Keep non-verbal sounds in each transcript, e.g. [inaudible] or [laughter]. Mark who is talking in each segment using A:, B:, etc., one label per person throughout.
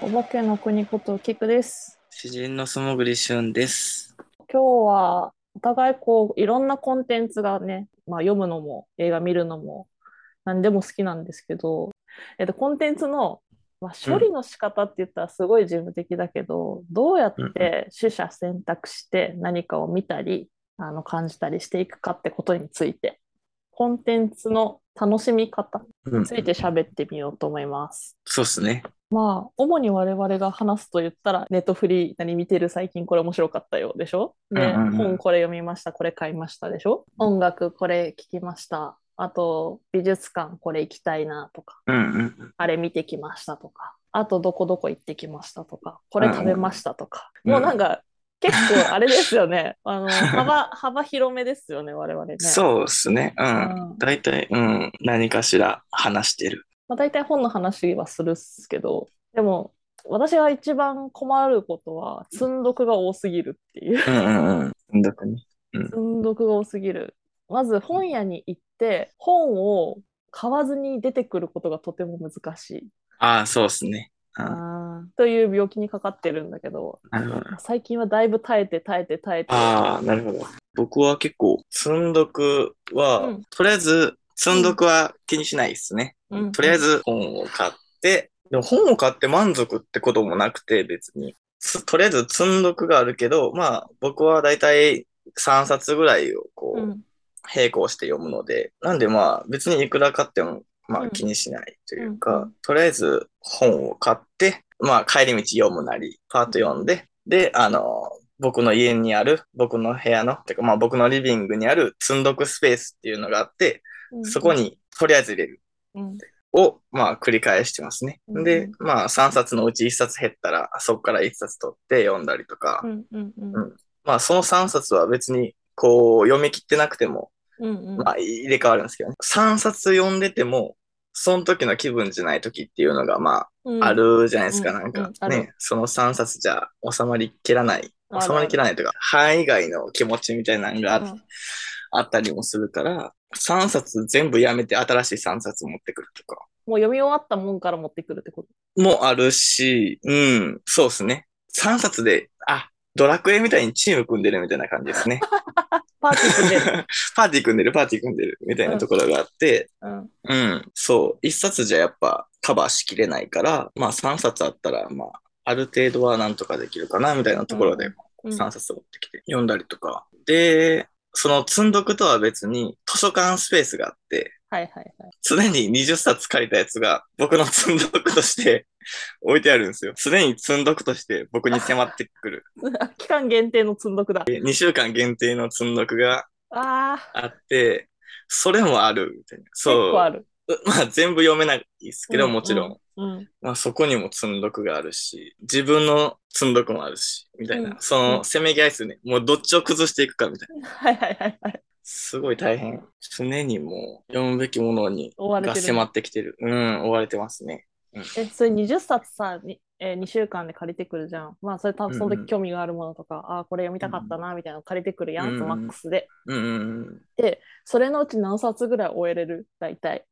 A: お化けの国ことキクです。
B: 詩人の素潜り俊です。
A: 今日はお互いこういろんなコンテンツがね、まあ、読むのも映画見るのも何でも好きなんですけど、えっと、コンテンツの、まあ、処理の仕方って言ったらすごい事務的だけど、どうやって取捨選択して何かを見たりあの感じたりしていくかってことについてコンテンツの楽しみ方
B: う
A: について喋ってみようと思います。
B: そうっすね。
A: まあ、主に我々が話すと言ったら、ネットフリー何見てる最近これ面白かったよでしょで、
B: うんうんうん
A: 本これ読みました、これ買いましたでしょ音楽これ聞きました。あと、美術館これ行きたいなとか、
B: うんうん。
A: あれ見てきましたとか、あとどこどこ行ってきましたとか、これ食べましたとか。
B: うん
A: もうなんか、結構あれですよね。
B: [laughs]
A: あの、幅、幅広めですよね、我々ね。
B: そうっすね。う
A: うん
B: ん。大体、うん、何かしら話してる。
A: まあ、大体本の話はするっすけど、でも私が一番困ることは、積んどくが多すぎるって [laughs] いう。
B: うんうんうん。うんだかね。
A: 積んどくが多すぎる。まず本屋に行って、本を買わずに出てくることがとても難しい。
B: ああ、そうっすね。あ
A: という病気にかかってるんだけど、
B: あ、なるほど。
A: 最近はだいぶ耐えて耐えて耐えて。
B: ああ、なるほど。僕は結構、積んどくは、
A: うん
B: とりあえず、積んどくは気にしないですね。
A: うん
B: とりあえず本を買って、でも本を買って満足ってこともなくて別に。つとりあえず積んどくがあるけど、まあ僕はだいたい3冊ぐらいをこ
A: う
B: う、
A: ん
B: 並行して読むので、なんでまあ別にいくら買ってもま
A: う
B: あ
A: ん
B: 気にしないという
A: うんう
B: か
A: ん、
B: とりあえず本を買って、まあ帰り道読むなり、パート読んで、で、あの、僕の家にある、僕の部屋の、てかまあ僕のリビングにある積んどくスペースっていうのがあって、
A: うん
B: そこにとりあえず入れる。
A: うん
B: を、まあ、繰り返してますね。
A: うん
B: で、まあ、3冊のうち1冊減ったら、そこから1冊取って読んだりとか、
A: うんうんうん
B: うんまあ、その3冊は別に、こう、読み切ってなくても、
A: うんうん
B: まあ、入れ替わるんですけどね。3冊読んでても、その時の気分じゃない時っていうのが、ま
A: うん
B: あ、あるじゃないですか。
A: うん
B: なん
A: うん
B: か
A: あ、る
B: ね、その3冊じゃ収まりきらない。
A: ある
B: 収まりきらないというか、範囲外の気持ちみたいなのがあ,、
A: うん
B: あったりもするから、3冊全部やめて新しい3冊持ってくるとか。
A: もう読み終わったもんから持ってくるってこと。
B: もあるし、うん、そうですね。3冊で、あ、ドラクエみたいにチーム組んでるみたいな感じですね。
A: パーティーする。
B: [laughs] パーティー組んでる、パーティー組んでるみたいなところがあって、
A: うん
B: うん、そう、1冊じゃやっぱカバーしきれないから、まあ3冊あったら、まあ、ある程度はなんとかできるかな、みたいなところで
A: うん
B: 3冊持ってきて読んだりとか。で、その積んどくとは別に図書館スペースがあって、
A: はいはいはい。
B: 常に20冊借りたやつが僕の積んどくとして [laughs] 置いてあるんですよ。常に積んどくとして僕に迫ってくる。
A: [laughs] 期間限定の積んどくだ。
B: 2週間限定の積んどくが
A: ああ、
B: あって、それもあるみたいな。
A: 結構あ
B: そう。
A: る。
B: まあ全部読めないですけど、
A: うん
B: もちろん。
A: うん。
B: まあそこにも積んどくがあるし、自分の積んどくもあるし、みたいな。
A: うん
B: そのせめぎ合いですよね。もうどっちを崩していくかみたいな。
A: はいはいはいはい。
B: すごい大変。常にもう読むべきものに、
A: 追われ
B: が
A: てる。
B: 迫ってきてる。うん、追われてますね。
A: え、それ20冊さ、にえー、2週間で借りてくるじゃん。まあ、それ多分その
B: うんう
A: 時
B: ん
A: 興味があるものとか、ああ、これ読みたかったな、みたいなの借りてくるやん、
B: うん
A: マックスで。
B: うんうんうん。
A: それのうち何冊ぐらい終えれる大体。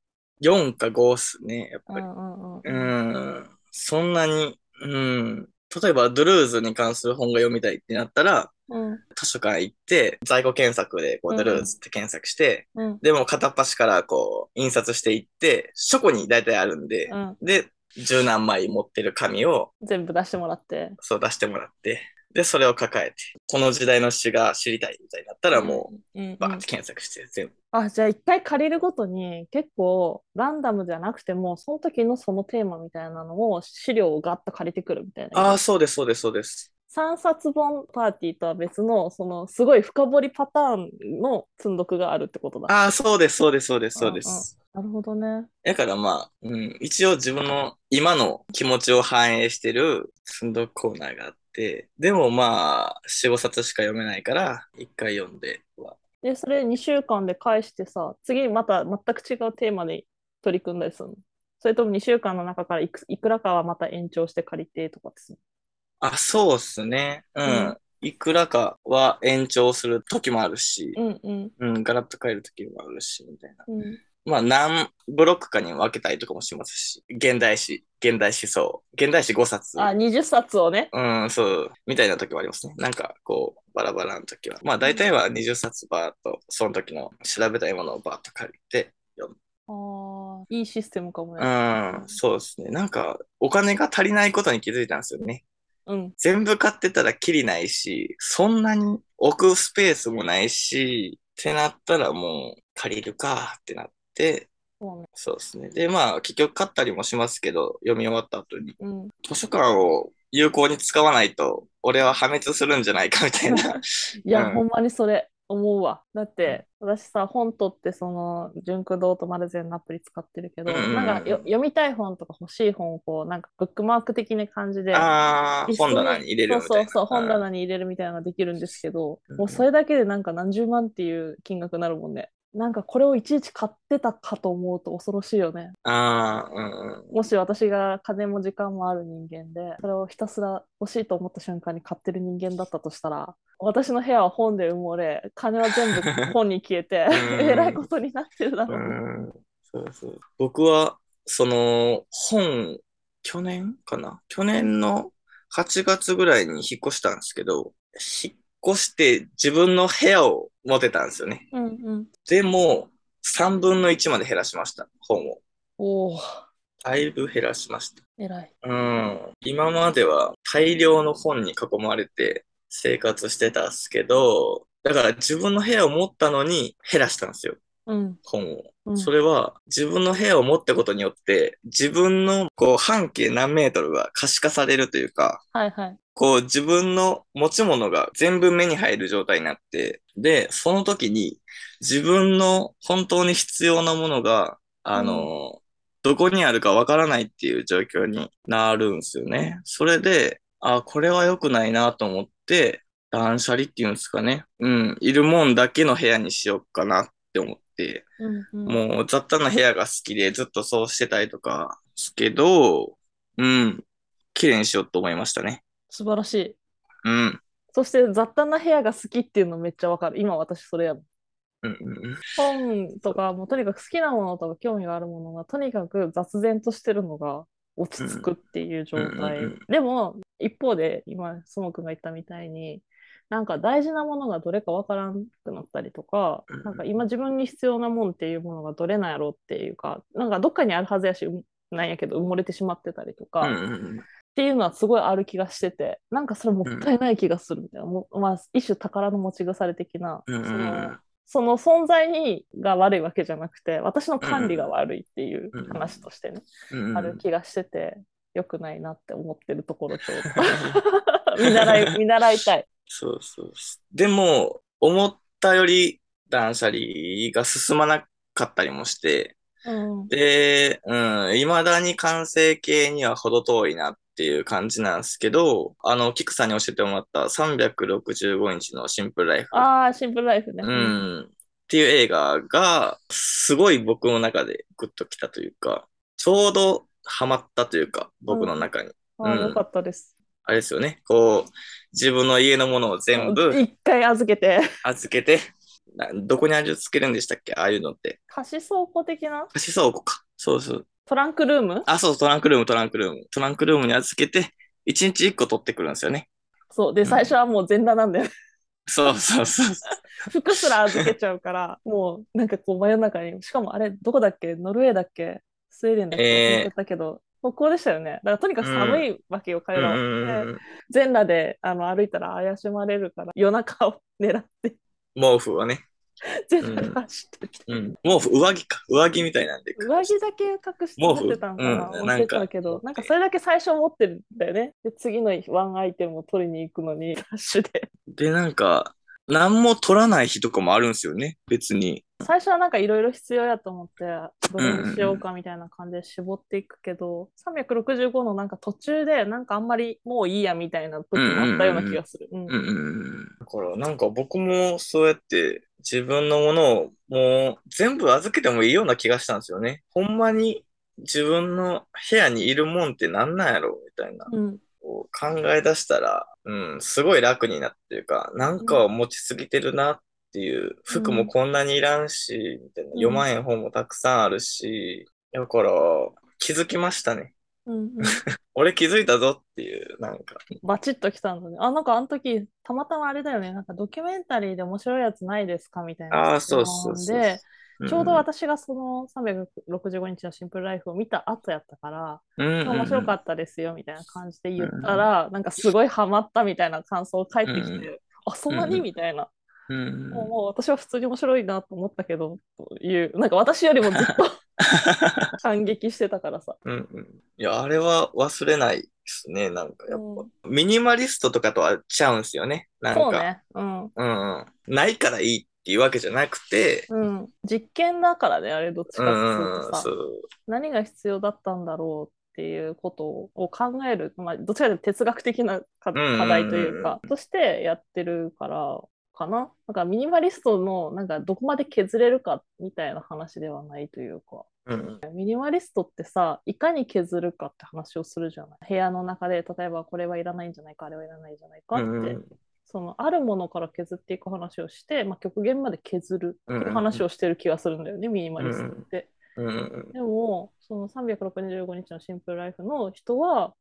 B: 4か5っすね、やっ
A: う
B: ぱり。
A: んうん
B: う
A: うん。
B: ん。そんなに、うん。例えば、ドゥルーズに関する本が読みたいってなったら、
A: うん
B: 図書館行って、在庫検索で、こ
A: う
B: う、
A: ん
B: ドゥルーズって検索して、
A: うん
B: でも片っ端からこう、印刷していって、書庫に大体あるんで
A: う、ん。
B: で、十何枚持ってる紙を、
A: 全部出してもらって。
B: そう出してもらって、で、それを抱えて、この時代の詩が知りたいみたいになったら、もう、
A: うん、うんうん
B: バーって検索して、全部。
A: あ、じゃあ一回借りるごとに結構ランダムじゃなくても、その時のそのテーマみたいなのを資料をガッと借りてくるみたいな。
B: ああ、そうです、そうです、そうです。
A: 3冊本パーティーとは別の、そのすごい深掘りパターンの積んどくがあるってことだ。
B: ああ、そうです、そうです、そうです、そうで
A: うんうん
B: す。
A: なるほどね。
B: だからまあ、うん、一応自分の今の気持ちを反映してる寸読コーナーがあって、でもまあ、4、5冊しか読めないから、一回読んでは。
A: で、それ2週間で返してさ、次にまた全く違うテーマで取り組んだりするのそれとも2週間の中からいくいくらかはまた延長して借りてとかでする
B: あ、そうっすね。う
A: うん
B: ん。いくらかは延長する時もあるし、
A: のうん
B: うん、ガラッと変える時もあるし、みたいな。
A: うんうん。
B: まあ何ブロックかに分けたりとかもしますし、現代史、現代思想、現代史5冊。
A: あ、20冊をね。
B: うん、そう、みたいな時もありますね。なんか、こう、バラバラの時は。まあ、大体は20冊バーっと、その時の調べたいものをバーっと借りて、
A: あーいいシステムかも
B: う
A: ね。
B: ん、そうですね。なんか、お金が足りないことに気づいたんですよね。
A: うん。
B: 全部買ってたらきりないし、そんなに置くスペースもないし、ってなったらもう借りるかってなって、
A: そうね。
B: そうですね。で、まあ、結局買ったりもしますけど、読み終わった後に、
A: うん。
B: 図書館を有効に使わないと、俺は破滅するんじゃないかみ
A: [laughs]
B: たいな。
A: いや、
B: うん
A: ほんまにそれ思うわ。だって、私さ、本取って、その、純駆動とマルゼンのアプリ使ってるけど、
B: うんうんうん
A: なんかよ読みたい本とか欲しい本をこう、なんかブックマーク的な感じで、
B: ああ、
A: 一緒に
B: 本棚に入れるみたいな。
A: そうそうそう、本
B: あ
A: 棚に入れるみたいなのができるんですけど、
B: うん
A: もうそれだけでなんか何十万っていう金額になるもんね。なんかこれをいちいち買ってたかと思うと恐ろしいよね。
B: あー、うんうん。
A: もし私が金も時間もある人間で、それをひたすら欲しいと思った瞬間に買ってる人間だったとしたら、私の部屋は本で埋もれ、金は全部本に消えて、
B: うん
A: えらいことになってるだろうね。
B: うんそうそう。僕は、その、本、去年かな去年の8月ぐらいに引っ越したんですけど、引っ越して自分の部屋を持てたんですよね。
A: うんうん。
B: でも、3分の1まで減らしました、本を。
A: おお、
B: だいぶ減らしました。
A: えらい。
B: うん。今までは大量の本に囲まれて生活してたんですけど、だから自分の部屋を持ったのに減らしたんですよ。
A: うん。
B: 本を。
A: うん
B: それは自分の部屋を持ったことによって自分のこう半径何メートルが可視化されるというか、
A: はいはい。
B: こう自分の持ち物が全部目に入る状態になって、で、その時に自分の本当に必要なものが、あの、どこにあるかわからないっていう状況になるんですよね。それで、あ、これは良くないなと思って、断捨離っていうんですかね。うん、いるもんだけの部屋にしようかなって思って、
A: うんうん、
B: もう雑多な部屋が好きでずっとそうしてたりとか、すけど、うん、綺麗にしようと思いましたね。
A: 素晴らしい。
B: うん。
A: そして雑多な部屋が好きっていうのめっちゃわかる。今私それやもん
B: うんうん
A: 本とかもうとにかく好きなものとか興味があるものがとにかく雑然としてるのが落ち着くっていう状
B: うんうん
A: 態、
B: うんうん
A: でも一方で今そもくんが言ったみたいになんか大事なものがどれかわからんくなったりとか、
B: うんうん
A: なんか今自分に必要なもんっていうものがどれなんやろうっていうかなんかどっかにあるはずやしなんやけど埋もれてしまってたりとか、
B: うん。
A: っ
B: うんうん
A: ていうのはすごいある気がしててなんかそれもったいない気がするみたいな、もうまあ、一種宝の持ち腐れ的な、
B: うんうん
A: そ
B: うんうん
A: のその存在にが悪いわけじゃなくて私の管理が悪いっていう
B: うん
A: 話としてね、
B: うんうん
A: ある気がしてて良くないなって思ってる
B: [laughs]
A: と [laughs] ころちょうど見習い見習いたい
B: そうそうそう。でも、思ったより断捨離が進まなかったりもして、
A: うん
B: で、うん、未だに完成形には程遠いなっていう感じなんですけど、あの、キクさんに教えてもらった365日のシンプルライフ。
A: ああシンプルライフね、
B: うん。っていう映画が、すごい僕の中でグッときたというか、ちょうどハマったというか、僕の中に。
A: ああ
B: うん
A: よかったです、
B: あれですよね。こう、自分の家のものを全部
A: 一回預けて [laughs]
B: 預けて、などこに預けるんでしたっけああいうのって。
A: 貸し倉庫的な
B: 貸し倉庫か。そうそう。
A: トランクルーム
B: あ、そう、トランクルーム、トランクルーム。トランクルームに預けて、一日一個取ってくるんですよね。
A: そうで
B: ん
A: 最初はもう全裸なんだよね
B: そうそうそうそう。
A: 服すら預けちゃ
B: [laughs]
A: うからもうなんかこう真夜中にしかもあれどこだっけノルウェーだっけスウェーデンだっけ
B: えー
A: 忘れたけど北欧でしたよねだからとにかく寒いわけよ、
B: う
A: 彼
B: ん
A: ら
B: う
A: は、
B: んうんう
A: で
B: ん。
A: 全裸であの歩いたら怪しまれるから夜中を [laughs] 狙って
B: 毛布はね。
A: 全裸で走ってて、
B: うん。毛布、上着か。上着みたいなんで。
A: 上着だけ隠して
B: 毛
A: 持
B: 布
A: ってたのかな、
B: うん
A: 持ってたけ
B: な
A: ど
B: んか
A: なんかそれだけ最初持ってるんだよねで次の日ワンアイテムを取りに行くのにダッシュで
B: で、なんか、何も取らない日とかもあるんですよね。別に。
A: 最初はなんかいろいろ必要やと思ってどれにしようかみたいな感じで絞っていくけど、365のなんか途中でなんかあんまりもういいやみたいな時もあったような気がする。うん
B: うんうんうんだからなんか僕もそうやって自分のものをもう全部預けてもいいような気がしたんですよね。ほんまに自分の部屋にいるもんってなんなんやろみたいな
A: うん
B: こう考え出したら、うん、すごい楽になってるか、なんか持ちすぎてるなっっていう、服もこんなにいらんし、みたいな、
A: ん
B: 読まへん本もたくさんあるし、だから、気づきましたね。
A: うんうん、
B: 俺気づいたぞっていう、なんか、
A: バチッときたのね。あ、なんかあの時、たまたまあれだよね。なんかドキュメンタリーで面白いやつないですかみたいな。
B: あーそうそうそう
A: で、
B: ん
A: ちょうど私がその365日のシンプルライフを見た後やったから、
B: うんうんうん
A: 面白かったですよみたいな感じで言ったら、なんかすごいハマったみたいな感想を返ってきて、
B: うんうん
A: あ、そんな
B: うんう
A: に
B: ん
A: みたいな。
B: うんうん
A: もうもう私は普通に面白いなと思ったけど、という、なんか私よりもずっと [laughs] 感激してたからさ。
B: うんうん。いや、あれは忘れないですね。なんか、やっ
A: うん
B: ぱ、ミニマリストとかとはちゃうんですよね。なん
A: そう
B: か、
A: ね。うん。
B: うんうん。ないからいいっていうわけじゃなくて、
A: うん。実験だからね、あれどっちか
B: うん
A: っ
B: う
A: ていうと
B: ん、
A: さ。
B: そう。
A: 何が必要だったんだろうっていうことを考える、まあ、どちらかというと哲学的な課
B: んうんうん
A: 課題というか、としてやってるからかな。なんかミニマリストのなんかどこまで削れるかみたいな話ではないというか。
B: うん
A: ミニマリストってさ、いかに削るかって話をするじゃない。部屋の中で、例えばこれはいらないんじゃないか、あれはいらないんじゃない
B: う
A: かって、
B: んうん
A: そのあるものから削っていく話をして、まあ、極限まで削るっていう話をしてる気がするんだよね、ミニマリストって。
B: うんうん
A: でも、その365日のシンプルライフの人は、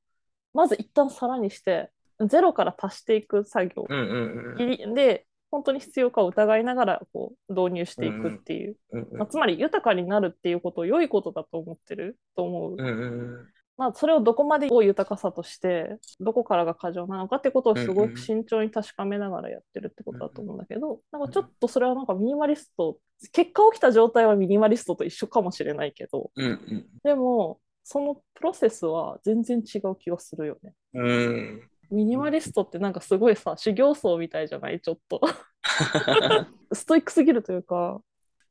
A: まず一旦皿にして、ゼロから足していく作業
B: うんうんうん
A: で、本当に必要かを疑いながらこう導入していくっていう、
B: うんうん
A: まあ、つまり豊かになるっていうことを良いことだと思ってると思う。
B: うんうん
A: まあ、それをどこまでを豊かさとして、どこからが過剰なのかってことをすごく慎重に確かめながらやってるってことだと思うんだけど、なんかちょっとそれはなんかミニマリスト、結果起きた状態はミニマリストと一緒かもしれないけど、
B: うんうん
A: でも、そのプロセスは全然違う気がするよね。
B: うん
A: ミニマリストってなんかすごいさ、修行僧みたいじゃないちょっと。 [laughs] ストイックすぎるというか。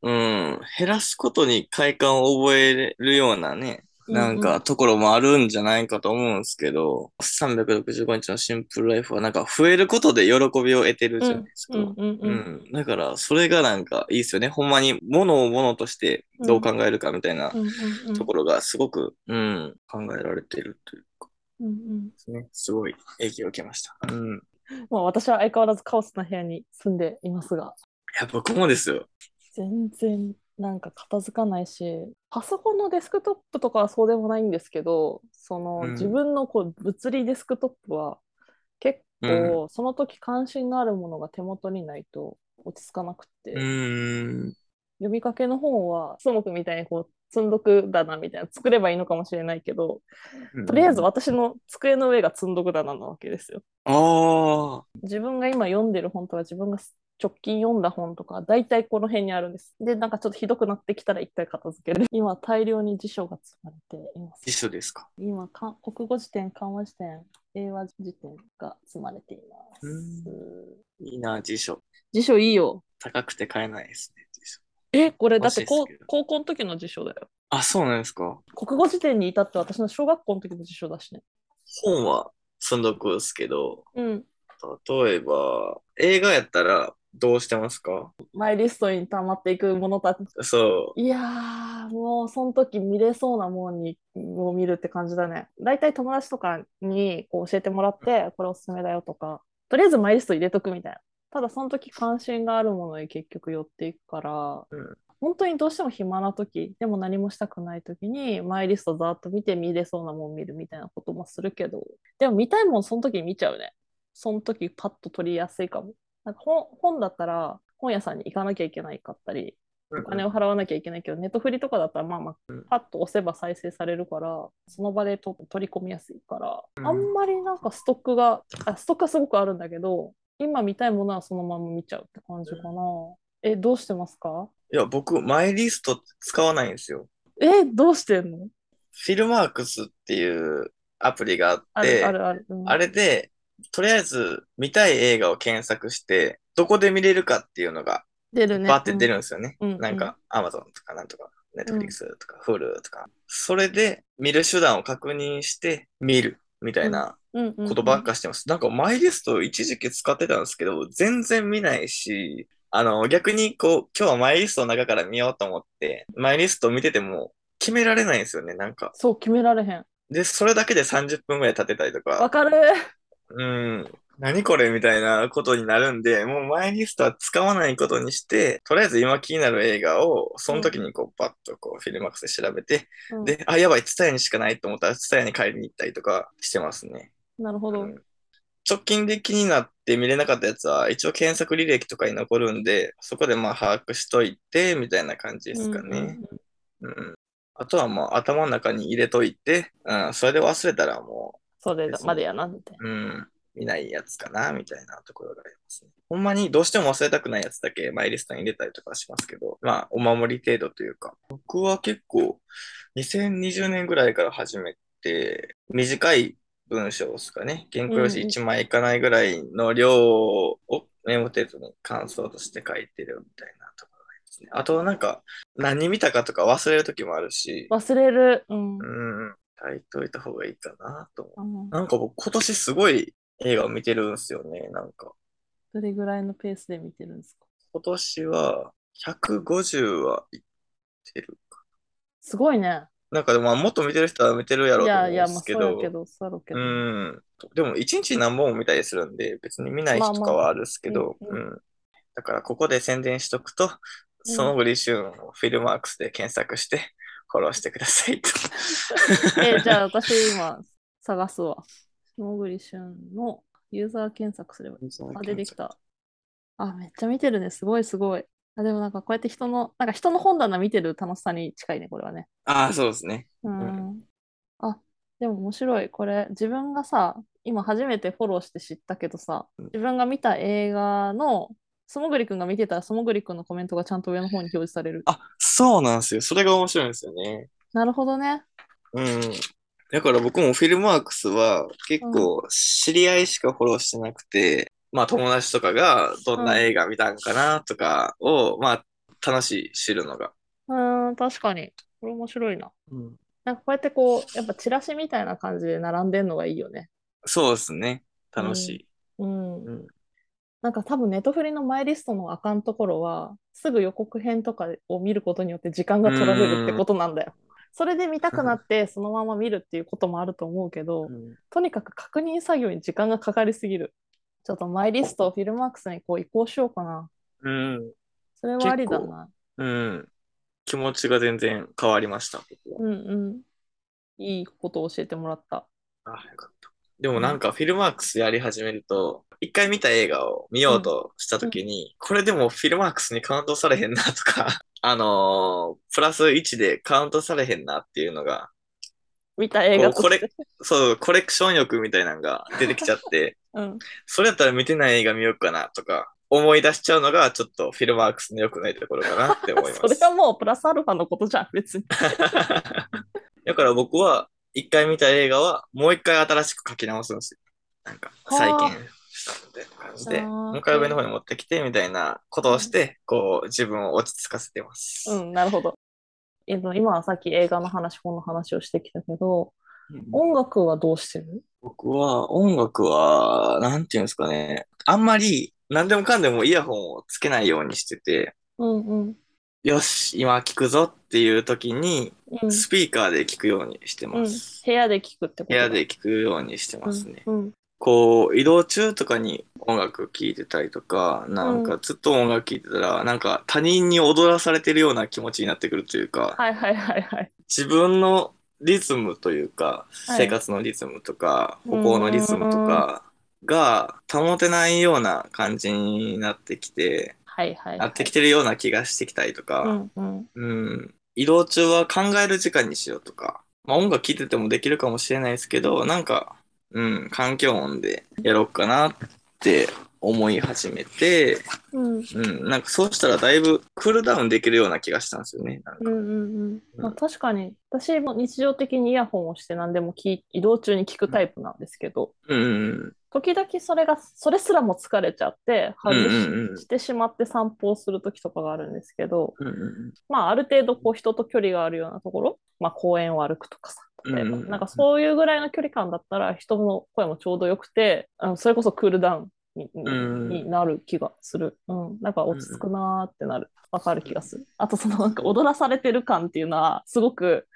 B: うん減らすことに快感を覚えるようなね、なん
A: う
B: かところもあるんじゃないかと思うんですけど、365日のシンプルライフはなんか増えることで喜びを得てるじゃないですか。
A: うんうん
B: う
A: う
B: ん、
A: ん
B: だから、それがなんかいいですよね。ほんまに、ものをものとしてどう考えるかみたいな
A: うんうんうん
B: ところがすごく、うん、考えられてるというか
A: うんうん
B: ですね。すごい影響を受けました。うん。い
A: まあ私は相変わらずカオスな部屋に住んでいますが、
B: や、僕もですよ。
A: 全然なんか片付かないし、パソコンのデスクトップとかはそうでもないんですけど、その
B: うん
A: 自分のこう物理デスクトップは結構その時関心のあるものが手元にないと落ち着かなくて。
B: うーん。
A: 読みかけの本は、素木みたいにこう、積んどく棚みたいな、作ればいいのかもしれないけど、とりあえず
B: あ
A: 私の机の上が積んどく棚なわけですよ。
B: あ
A: 自分が今読んでる本とか、自分が直近読んだ本とか、大体この辺にあるんです。で、なんかちょっとひどくなってきたら一回片付ける。 [laughs] 今、大量に辞書が積まれています
B: ー、辞。書ですか。
A: 今か、国語辞典、漢和辞典、英和辞典が積まれています。
B: いいな、辞書。
A: 辞書いいよ。
B: 高くて買えないですね、辞書。
A: え、これだって
B: 欲
A: 高
B: しいですけど
A: 高校の時の辞書だよ。
B: あ、そうなんですか。
A: 国語辞典に至っては私の小学校の時の辞書だしね。
B: 本は積んどくですけど、
A: うん。
B: 例えば、映画やったらどうしてますか
A: マイリストに溜まっていくものたち。
B: そ
A: いやー、もうその時見れそうなもんに、を見るって感じだね。大体友達とかにこう教えてもらって、これおすすめだよとか、とりあえずマイリスト入れとくみたいな。ただその時関心があるものに結局寄っていくから、
B: うん
A: 本当にどうしても暇な時、でも何もしたくない時に、マイリストざーっと見て見れそうなもん見るみたいなこともするけど、でも見たいもんその時見ちゃうね。その時パッと取りやすいかも。なんか本本だったら本屋さんに行かなきゃいけないかったり、
B: う。
A: お金を払わなきゃいけないけど、ネットフリとかだったら、まあまあ
B: うん、
A: パッと押せば再生されるから、その場でと取り込みやすいから、
B: うん
A: あんまりなんかストックが、あストックはすごくあるんだけど、今見たいものはそのまま見ちゃうって感じかな。え、どうしてますか
B: いや、僕、マイリストって使わないんですよ。
A: え、どうしてんの
B: フィルマークスっていうアプリがあっ
A: あ
B: て、
A: るあるある。うん
B: あれで、とりあえず見たい映画を検索して、どこで見れるかっていうのが
A: 出るね。
B: バーって出るんですよね。
A: うんうん
B: なんか、アマゾンとかなんとか、ネットフリックスとか、フ Hulu とか。それで、見る手段を確認して、見る、みたいな
A: うん、うんうん
B: ことばっかしてます。なんか、マイリストを一時期使ってたんですけど、全然見ないし、あの、逆に、こう、今日はマイリストの中から見ようと思って、マイリストを見てても、決められないんですよね、なんか。
A: そう、決められへん。
B: で、それだけで30分ぐらい経ってたりと
A: わ
B: か、
A: かる。
B: うん、何これみたいなことになるんで、もうマイリストは使わないことにして、とりあえず今気になる映画を、その時にこう、バッとこう、フィルマックスで調べて、
A: うん
B: で、あ、やばい、ツタヤにしかないと思ったら、ツタヤに買いに行ったりとかしてますね。
A: なるほど。
B: うん直近で気になって見れなかったやつは、一応検索履歴とかに残るんで、そこでまあ把握しといて、みたいな感じですかね。うん。あとはまあ頭の中に入れといて、うん、それで忘れたらも
A: それまでやな、みたいな。
B: う、うん、見ないやつかな、みたいなところがありますね。ほんまにどうしても忘れたくないやつだけマイリストに入れたりとかしますけど、まあお守り程度というか、僕は結構2020年ぐらいから始めて、短い文章ですかね。原稿用
A: うんう
B: 紙
A: ん
B: 1枚いかないぐらいの量をメモ程度に感想として書いてるみたいなところがありますね。あとなんか何見たかとか忘れる時もあるし、
A: 忘れる。うん。
B: うん、書いといた方がいいかなと思
A: うん
B: う。なんか僕今年すごい映画を見てるんですよね、なんか。
A: どれぐらいのペースで見てるんですか
B: 今年は150はいってるか。
A: すごいね。
B: なんかまあもっと見てる人は見てるやろう
A: い
B: と思う
A: や
B: ん
A: い
B: で
A: や、ま
B: す
A: あそ
B: け
A: うや
B: ど
A: け。ど、そうやろうけ
B: う
A: ど。
B: ん。でも一日に何本も見たりするんで、別に見ない
A: まあ
B: 日とかはあるんですけど、
A: うんう
B: うん。だからここで宣伝しとくと、その後リシュンをフィルマークスで検索して、フォローしてくださいと。
A: え、 [laughs] じゃあ私今探すわ。モグリシュンのユーザー検索すればいい。あ、出てきた。あ、めっちゃ見てるね。すごいすごい。あ、でもなんかこうやって人の、なんか人の本棚見てる楽しさに近いね、これはね。
B: ああ、そうですね。
A: うん。あ、でも面白い。これ、自分がさ、今初めてフォローして知ったけどさ、自分が見た映画の、そもぐりくんが見てたら、そもぐりくんのコメントがちゃんと上の方に表示される。
B: あ、そうなんですよ。それが面白いんですよね。
A: なるほどね。
B: うん。だから僕もフィルマークスは結構知り合いしかフォローしてなくて、まあ友達とかがどんな映画見たんかなとかを、まあ楽しい、知るのが。
A: うん、確かに。これ面白いな。
B: うん、
A: なんかこうやってこう、やっぱチラシみたいな感じで並んでんのがいいよね。
B: そうですね。楽しい。
A: うん。
B: うん
A: なんか多分ネットフリのマイリストのあかんところは、すぐ予告編とかを見ることによって時間が取られるってことなんだよ。それで見たくなって、そのまま見るっていうこともあると思うけど、とにかく確認作業に時間がかかりすぎる。ちょっとマイリストをフィルマークスにこう移行しようかな。
B: うん。
A: それはありだな。
B: うん。気持ちが全然変わりました。僕は
A: うんうん。いいことを教えてもらった。
B: あ、よかった。でもなんかフィルマークスやり始めると、一回見た映画を見ようとしたときに、これでもフィルマークスにカウントされへんなとか、 [laughs] あのープラス1でカウントされへんなっていうのが、
A: 見た映画として。
B: そう、コレクション欲みたいなのが出てきちゃ
A: [laughs]
B: って、
A: うん。
B: それだったら見てない映画見ようかなとか、思い出しちゃうのがちょっとフィルマークスの良くないところかなって思います。
A: [laughs] それはもうプラスアルファのことじゃん、別に。
B: [laughs] だから僕は、一回見た映画は、もう一回新しく書き直すんですよ。なんか、再建したみたいな感じで、
A: はあ
B: もう一回上の方に持ってきて、みたいなことをして、こう、自分を落ち着かせてます。
A: うん、なるほど。えっと、今はさっき映画の話、本の話をしてきたけど、音楽はどうしてる
B: 僕は、音楽は、なんていうんですかね、あんまり、何でもかんでもイヤホンをつけないようにしてて、
A: うんうん。
B: よし、今聞くぞっていう時に、
A: うん、
B: スピーカーで聞くようにして
A: うん
B: ます。
A: 部屋で聞くってこと
B: 部屋で聞くようにしてますね。
A: うんうん
B: こう移動中とかに音楽聴いてたりとかなんかずっと音楽聴いてたら、なんか他人に踊らされてるような気持ちになってくるというか、
A: はいはいはいはい。
B: 自分のリズムというか、
A: はい
B: 生活のリズムとか歩行のリズムとかが保てないような感じになってきて、
A: はいはい、はい。
B: なってきてるような気がしてきたりと
A: う
B: か、
A: んうん。
B: うん、移動中は考える時間にしようとか、まあ、音楽聴いててもできるかもしれないですけど、なんか、うん、環境音でやろうかなって思い始めて、
A: うん
B: うん、なんかそうしたらだいぶクールダウンできるような気がしたんですよね。なんか
A: うんうんうんまあ、確かに私も日常的にイヤホンをして何でも聞い移動中に聞くタイプなんですけど、
B: うん、うん、
A: 時々それがそれすらも疲れちゃって
B: うん、
A: 外し,、
B: うん、
A: てしまって散歩をする時とかがあるんですけど、
B: うん、うん、
A: まあ、ある程度こう人と距離があるようなところ、まあ、公園を歩くとかさ例えば、
B: うんうん
A: なんかそういうぐらいの距離感だったら人の声もちょうどよくてあのそれこそクールダウンに,に、
B: うん
A: になる気がする、うん、なんか落ち着くなーってなるわかる気がするあとそのなんか踊らされてる感っていうのはすごく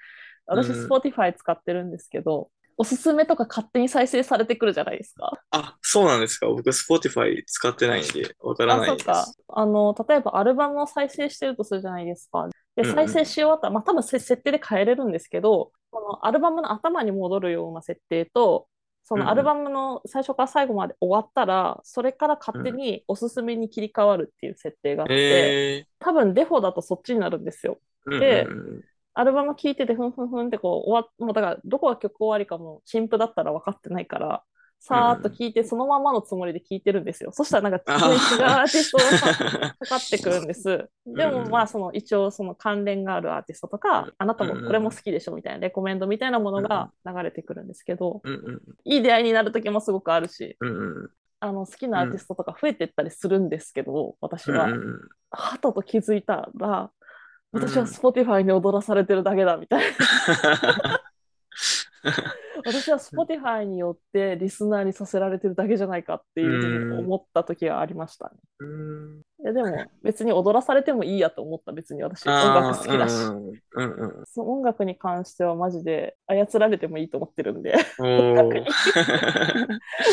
A: 私
B: うん
A: Spotify 使ってるんですけど、おすすめとか勝手に再生されてくるじゃないですか。
B: あ、そうなんですか。僕、Spotify 使ってないんで、わから
A: あ、
B: な
A: そ
B: いうです。
A: か。あの、例えばアルバムを再生してるとするじゃないですか。で、
B: うんうん
A: 再生し終わったら、まあ多分せ設定で変えれるんですけど、このアルバムの頭に戻るような設定と、そ
B: うんう
A: の
B: ん
A: アルバムの最初から最後まで終わったら、それから勝手におすすめに切り替わるっていう設定があって、
B: え
A: 多分デフォだとそっちになるんですよ。
B: ー、うん
A: で
B: うんうん
A: アルバム聴いてて、ふんふんふんってこう、終わっもうだから、どこが曲終わりかも、新譜だったら分かってないから、さーっと聴いて、そのままのつもりで聴いてるんですよ。そしたらなんか、
B: あー
A: 違うアーティストがさかかってくるんです。で
B: う
A: も、
B: ん
A: まあ、その、一応、その関連があるアーティストとか、あなたもこれも好きでしょみたいな、レコメンドみたいなものが流れてくるんですけど、
B: うんうん
A: いい出会いになる時もすごくあるし、
B: うんうん
A: あの、好きなアーティストとか増えてったりするんですけど、私
B: うん
A: は。
B: うんうん
A: はたと気づいたら、
B: うん
A: 私は Spotify に踊らされてるだけだみたいな。私は Spotify によってリスナーにさせられてるだけじゃないかっていうふうに思った時がありましたね。
B: うん
A: いやでも別に踊らされてもいいやと思った別に私音
B: あ
A: 楽好きだし、
B: ーうんうんうん
A: その音楽に関してはマジで操られてもいいと思ってるんで
B: おー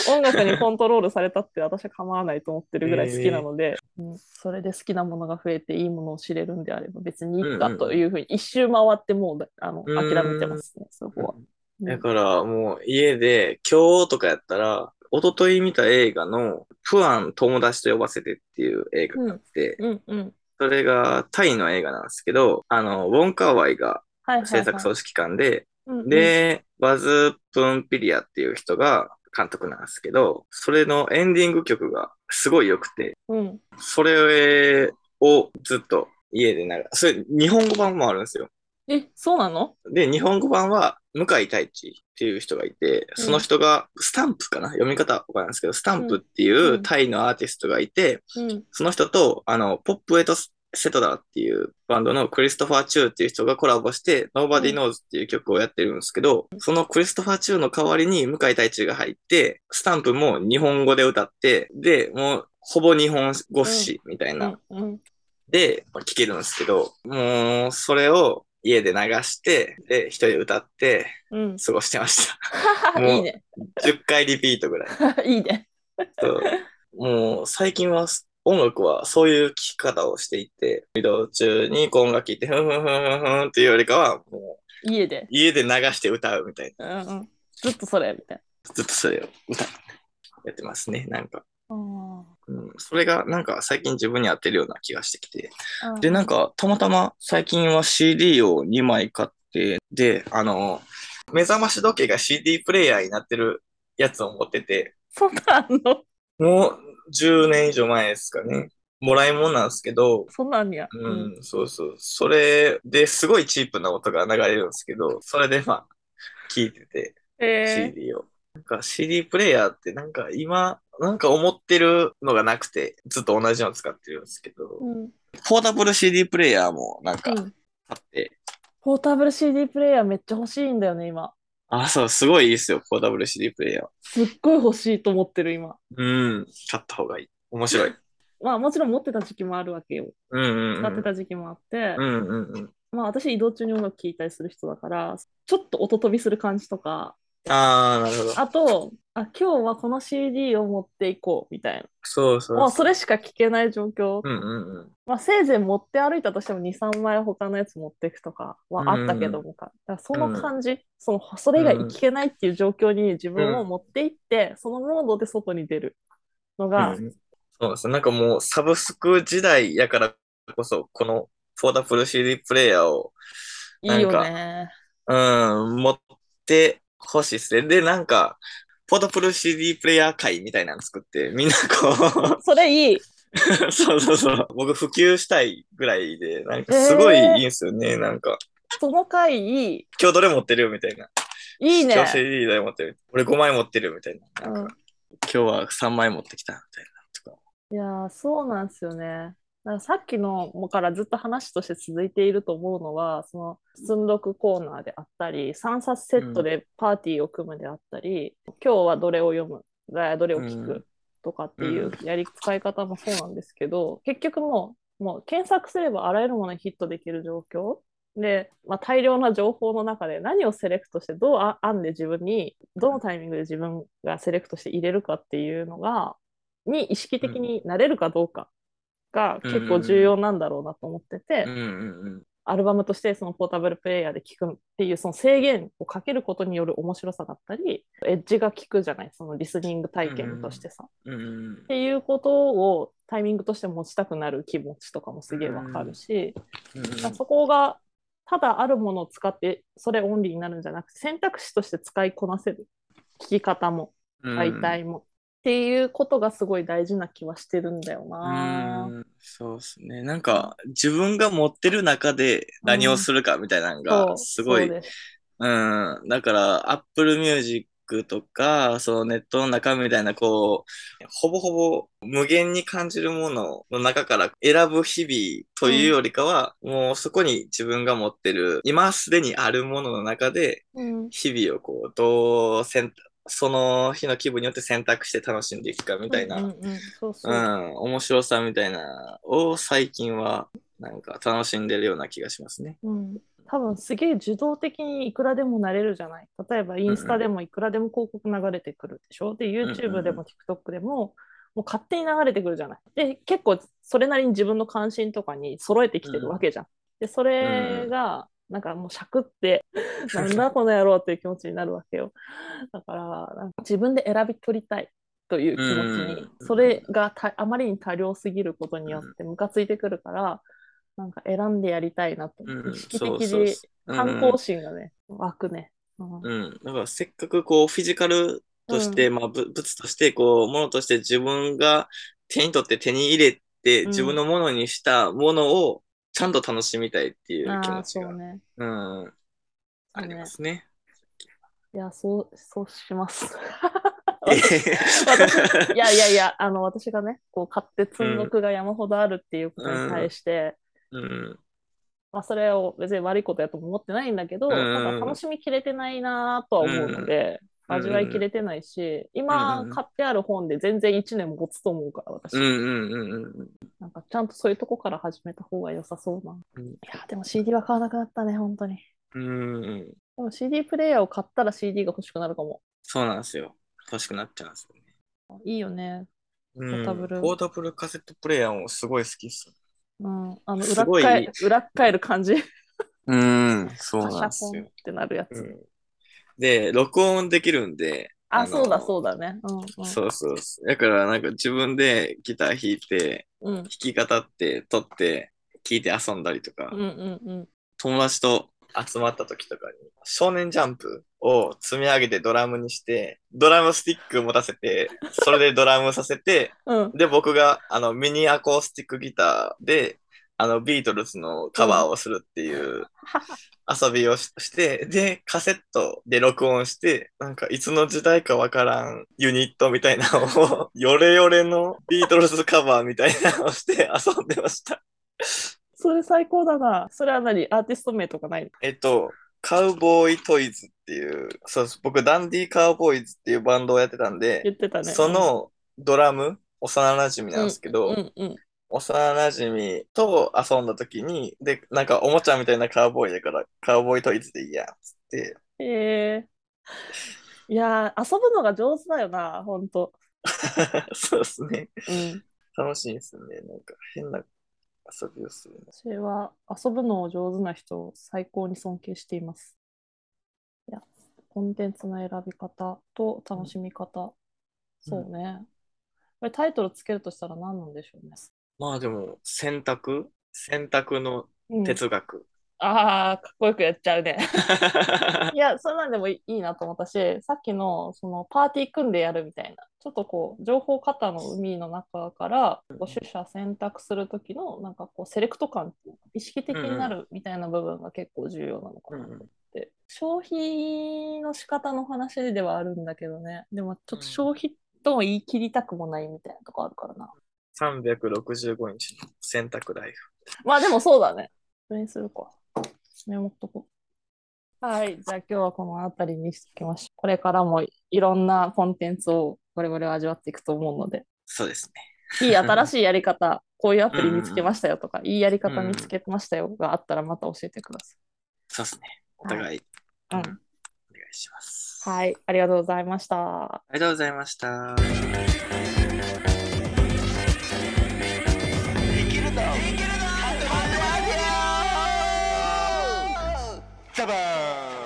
A: 音楽にコントロールされたって私は構わないと思ってるぐらい好きなので、うんそれで好きなものが増えていいものを知れるんであれば別にいいかというふうに一周回ってもうあの諦めてますねそこは。うん
B: だからもう家で今日とかやったら一昨日見た映画の「プアン友達と呼ばせて」っていう映画があって、
A: うんうん
B: それがタイの映画なんですけどあのウォン・カーワイが
A: はいはいはい
B: 制作組織官で、
A: うんうん
B: で、バズ・プンピリアっていう人が監督なんですけど、それのエンディング曲がすごい良くて、
A: うん
B: それをずっと家でながら、それ日本語版もあるんですよ。
A: え、そうなの
B: で、日本語版は向井太一っていう人がいて、その人がスタンプかな読み方わからないんですけど、スタンプってい
A: んう
B: うんタイのアーティストがいて、
A: うん。
B: その人と、あの、ポップエトスセトラっていうバンドのクリストファー・チューっていう人がコラボして、Nobody Knows っていう曲をやってるんですけど、そのクリストファー・チューの代わりに向井太一が入って、スタンプも日本語で歌って、で、もうほぼ日本語詞みたいな、
A: うん
B: で、聴けるんですけど、もうそれを家で流して、で、一人で歌って [laughs]
A: うん。
B: 過ごしてました。
A: うん、
B: もう
A: いいね。 [laughs]
B: 10回リピートぐらい。
A: いいね。
B: そうもう最近はす音楽はそういう聴き方をしていて、移動中にこう音楽聴いて、ふんふんふんふんふんっていうよりかは、もう
A: 家で。
B: 家で流して歌うみたい
A: うんうん。ずっとそれ、みたい
B: な。ずっとそれを歌ってやってますね、なんか。
A: な。
B: うん、それがなんか最近自分に合ってるような気がしてきて。
A: あー
B: で、なん、かたまたま最近は CD を2枚買って、で、あの、目覚まし時計が CD プレイヤーになってるやつを持ってて、
A: そうなの
B: もう10年以上前ですかね。もらい物なんですけど、
A: そんなんや。
B: うん、そうそう。それですごいチープな音が流れるんですけど、それでまあ、聴いてて、
A: え
B: CD を。なんか CD プレイヤーってなんか今、なんか思ってるのがなくて、ずっと同じの使ってるんですけど
A: ー、うん
B: ポータブル CD プレイヤーもなんか
A: う
B: 買
A: ん。
B: って、
A: ポータブル CD プレイヤーめっちゃ欲しいんだよね、今。
B: あ、そう、すごいいいですよ、ポータブル CD プレイヤー。
A: すっごい欲しいと思ってる、今。
B: うん、買った方がいい。面白い。
A: まあもちろん持ってた時期もあるわけよ。
B: うんうんう
A: 使って
B: ん。
A: た時期もあって
B: う、んうんうん。
A: まあ私移動中に音楽聴いたりする人だから、ちょっと音飛びする感じとか、
B: ああ、なるほど。
A: あと、あ今日はこの CD を持っていこうみたい
B: そうそうそう。
A: な。もうそれしか聞けない状況。
B: うんうんうん。
A: まあ、せいぜい持って歩いたとしても2、3枚他のやつ持っていくとかはあったけどもか。だからその感じ、その、それ以外聞けないっていう状況に自分を持っていって、そのモードで外に出るのが、
B: うんそうですね。なんかもうサブスク時代やからこそ、このフォーダブル CD プレイヤーを、
A: いいよ
B: な
A: ね。
B: うん、持ってほしいですね。で、なんか、フォーダブル CD プレイヤー会みたいなの作って、みんなこ
A: それいい。
B: う、 [laughs] そうそうそう、僕普及したいぐらいで、なんかすごいいいんですよね。なんか、
A: その回いい。
B: 今日どれ持ってるよみたいな。
A: いいね
B: 今。日 CD どれ持ってる俺5枚持ってるみたいな。
A: う
B: なん
A: ん
B: か、今日は3枚持ってきたみたいな。とか。
A: いやーそうなんですよね。だからさっきのもからずっと話として続いていると思うのは、その寸読コーナーであったり、3冊セットでパーティーを組むであったり、今日はどれを読む、あどれを聞
B: うん
A: くとかっていうやり使い方もそうなんですけど、結局もう、もう検索すればあらゆるものにヒットできる状況で、まあ、大量な情報の中で何をセレクトしてどうあ編んで自分にどのタイミングで自分がセレクトして入れるかっていうのがに意識的になれるかどうかが結構重要なんだろうなと思ってて、
B: うんうんうん。
A: アルバムとしてそのポータブルプレイヤーで聴くっていうその制限をかけることによる面白さだったりエッジが効くじゃないそのリスニング体験としてさ、っ
B: うんうん
A: ていうことをタイミングとして持ちたくなる気持ちとかもすげえわかるし、
B: うん
A: まあそこがただあるものを使ってそれオンリーになるんじゃなくて選択肢として使いこなせる聞き方も
B: うん
A: 媒体も、っていうことがすごい大事な気はしてるんだよ
B: う
A: な。
B: んそうですね。なんか、自分が持ってる中で何をするかみたいなの
A: そ
B: が、
A: う
B: すごい、
A: そ
B: う
A: う
B: ん。
A: です
B: だから、Apple Music とか、そのネットの中みたいな、こう、ほぼほぼ無限に感じるものの中から選ぶ日々というよりかは、もうそこに自分が持ってる、今すでにあるものの中で、
A: うん
B: 日々をこう、どう選その日の気分によって選択して楽しんでいくかみたいな
A: うんうんうんそうそうう、
B: ん、面白さみたいなを最近はなんか楽しんでるような気がしますね。
A: うん、多分すげえ受動的にいくらでもなれるじゃない例えばインスタでもいくらでも広告流れてくるでしょで
B: んうん
A: YouTube でも TikTok でももう勝手に流れてくるじゃないで結構それなりに自分の関心とかに揃えてきてるわけじゃんでそれがなんかもうしゃく
B: [laughs]
A: ってなんだこの野郎っていう気持ちになるわけよだからなんか自分で選び取りたいという気持ちに
B: うん
A: それがたあまりに多量すぎることによってムカついてくるからなんか選んでやりたいなと
B: うん、
A: 意識
B: そう
A: 的
B: そう
A: に
B: そう
A: 反抗心がね、湧くね。う
B: う
A: ん
B: ん、うん、だからせっかくこうフィジカルとして、まあぶ物としてこうものとして自分が手に取って手に入れて、
A: うん
B: 自分のものにしたものをちゃんと楽しみたいっていう気
A: あ
B: 持
A: あ、
B: ち
A: そ
B: が
A: うね。
B: うん
A: そ
B: あ
A: う
B: り
A: ね
B: ますね。
A: いや、そう、そうします。 [laughs]
B: [laughs] 私
A: いやいやいや、あの、私がね、こう、買って積んどくが山ほどあるっていうことに対して、
B: うん
A: まあ、それを別に悪いことやとも思ってないんだけど、
B: うん
A: なんか楽しみきれてないなとは思うので、
B: うん
A: 味わいきれてないし、今
B: うん
A: 買ってある本で全然1年持つと思うから、私。
B: うんうんうんうんうん
A: なんか、ちゃんとそういうとこから始めた方が良さそうな。
B: うん
A: いや、でも CD は買わなくなったね、本当に。
B: うんうん
A: でも CD プレイヤーを買ったら CD が欲しくなるかも。
B: そうなんですよ。欲しくなっちゃうんですよね。
A: いいよね。
B: ポ
A: ータブル
B: ポータブルカセットプレイヤーもすごい好きっす。
A: うん。あの、
B: す
A: 裏
B: ごい
A: 返裏返る感じ。
B: うん、そう
A: パシ
B: なん
A: ャ
B: です
A: ポンっ
B: よ。
A: てなるやつ。
B: うんで、録音できるんで、あ
A: あ、
B: の
A: そうだそうだね。うん、うん。
B: そうそうそう。だから、なんか自分でギター弾いて、
A: うん。
B: 弾き語って、撮って、聴いて遊んだりとか、
A: うんうんうん。
B: 友達と集まった時とかに、少年ジャンプを積み上げてドラムにして、ドラムスティック持たせて、それでドラムさせて、
A: うん。
B: で、僕があのミニアコースティックギターであのビートルズのカバーをするっていう遊びをしして、で、カセットで録音して、なんかいつの時代かわからんユニットみたいなの
A: [laughs]
B: を、ヨレヨレのビートルズカバーみたいなのをして遊んでました。
A: それ最高だな。それは何アーティスト名とかない
B: えっと、カウボーイトイズっていう、そうです。僕、ダンディーカウボーイズっていうバンドをやってたんで、
A: 言ってたね。
B: そ、のドラム、幼馴染なんですけど、
A: うんうん。
B: 幼なじみと遊んだ時に、で、なんかおもちゃみたいなカウボーイだから、カウボーイトイズでいいやっつって。 [laughs]
A: えー。いやー、遊ぶのが上手だよな、ほんと。
B: そうですね。
A: うん。
B: 楽しいですね。なんか変な遊びをするね。
A: 私は遊ぶのを上手な人を最高に尊敬しています。いや、コンテンツの選び方と楽しみ方。そうね。これタイトルつけるとしたら何なんでしょうね。
B: まあでも、選択選択の
A: うん
B: 哲学。
A: ああ、かっこよくやっちゃう [laughs] ね。いや、そんなんでもいいなと思ったし、さっきのそのパーティー組んでやるみたいな、ちょっとこう、情報型の海の中から、こう取捨選択する時の、なんかこう、セレクト感っていうか、意識的になるみたいな部分が結構重要なのかなと思って、消費の仕方の話ではあるんだけどね、でもちょっと消費とも言い切りたくもないみたいなとこあるからな。
B: 365日の選択ライフ。
A: まあでもそうだね。それにするか。メモっとこう。はい。じゃあ今日はこの辺りにしてきました。これからもいろんなコンテンツを我々は味わっていくと思うので、
B: そうですね。
A: いい新しいや [laughs] り方、こういうアプリ見つけましたよとか、いいやり方見つけましたよがあったらまた教えてください。
B: そうですね。お互い。
A: うん
B: お願いします。あ
A: はい、ありがとうございました。
B: りがとうございました。
C: ザバーン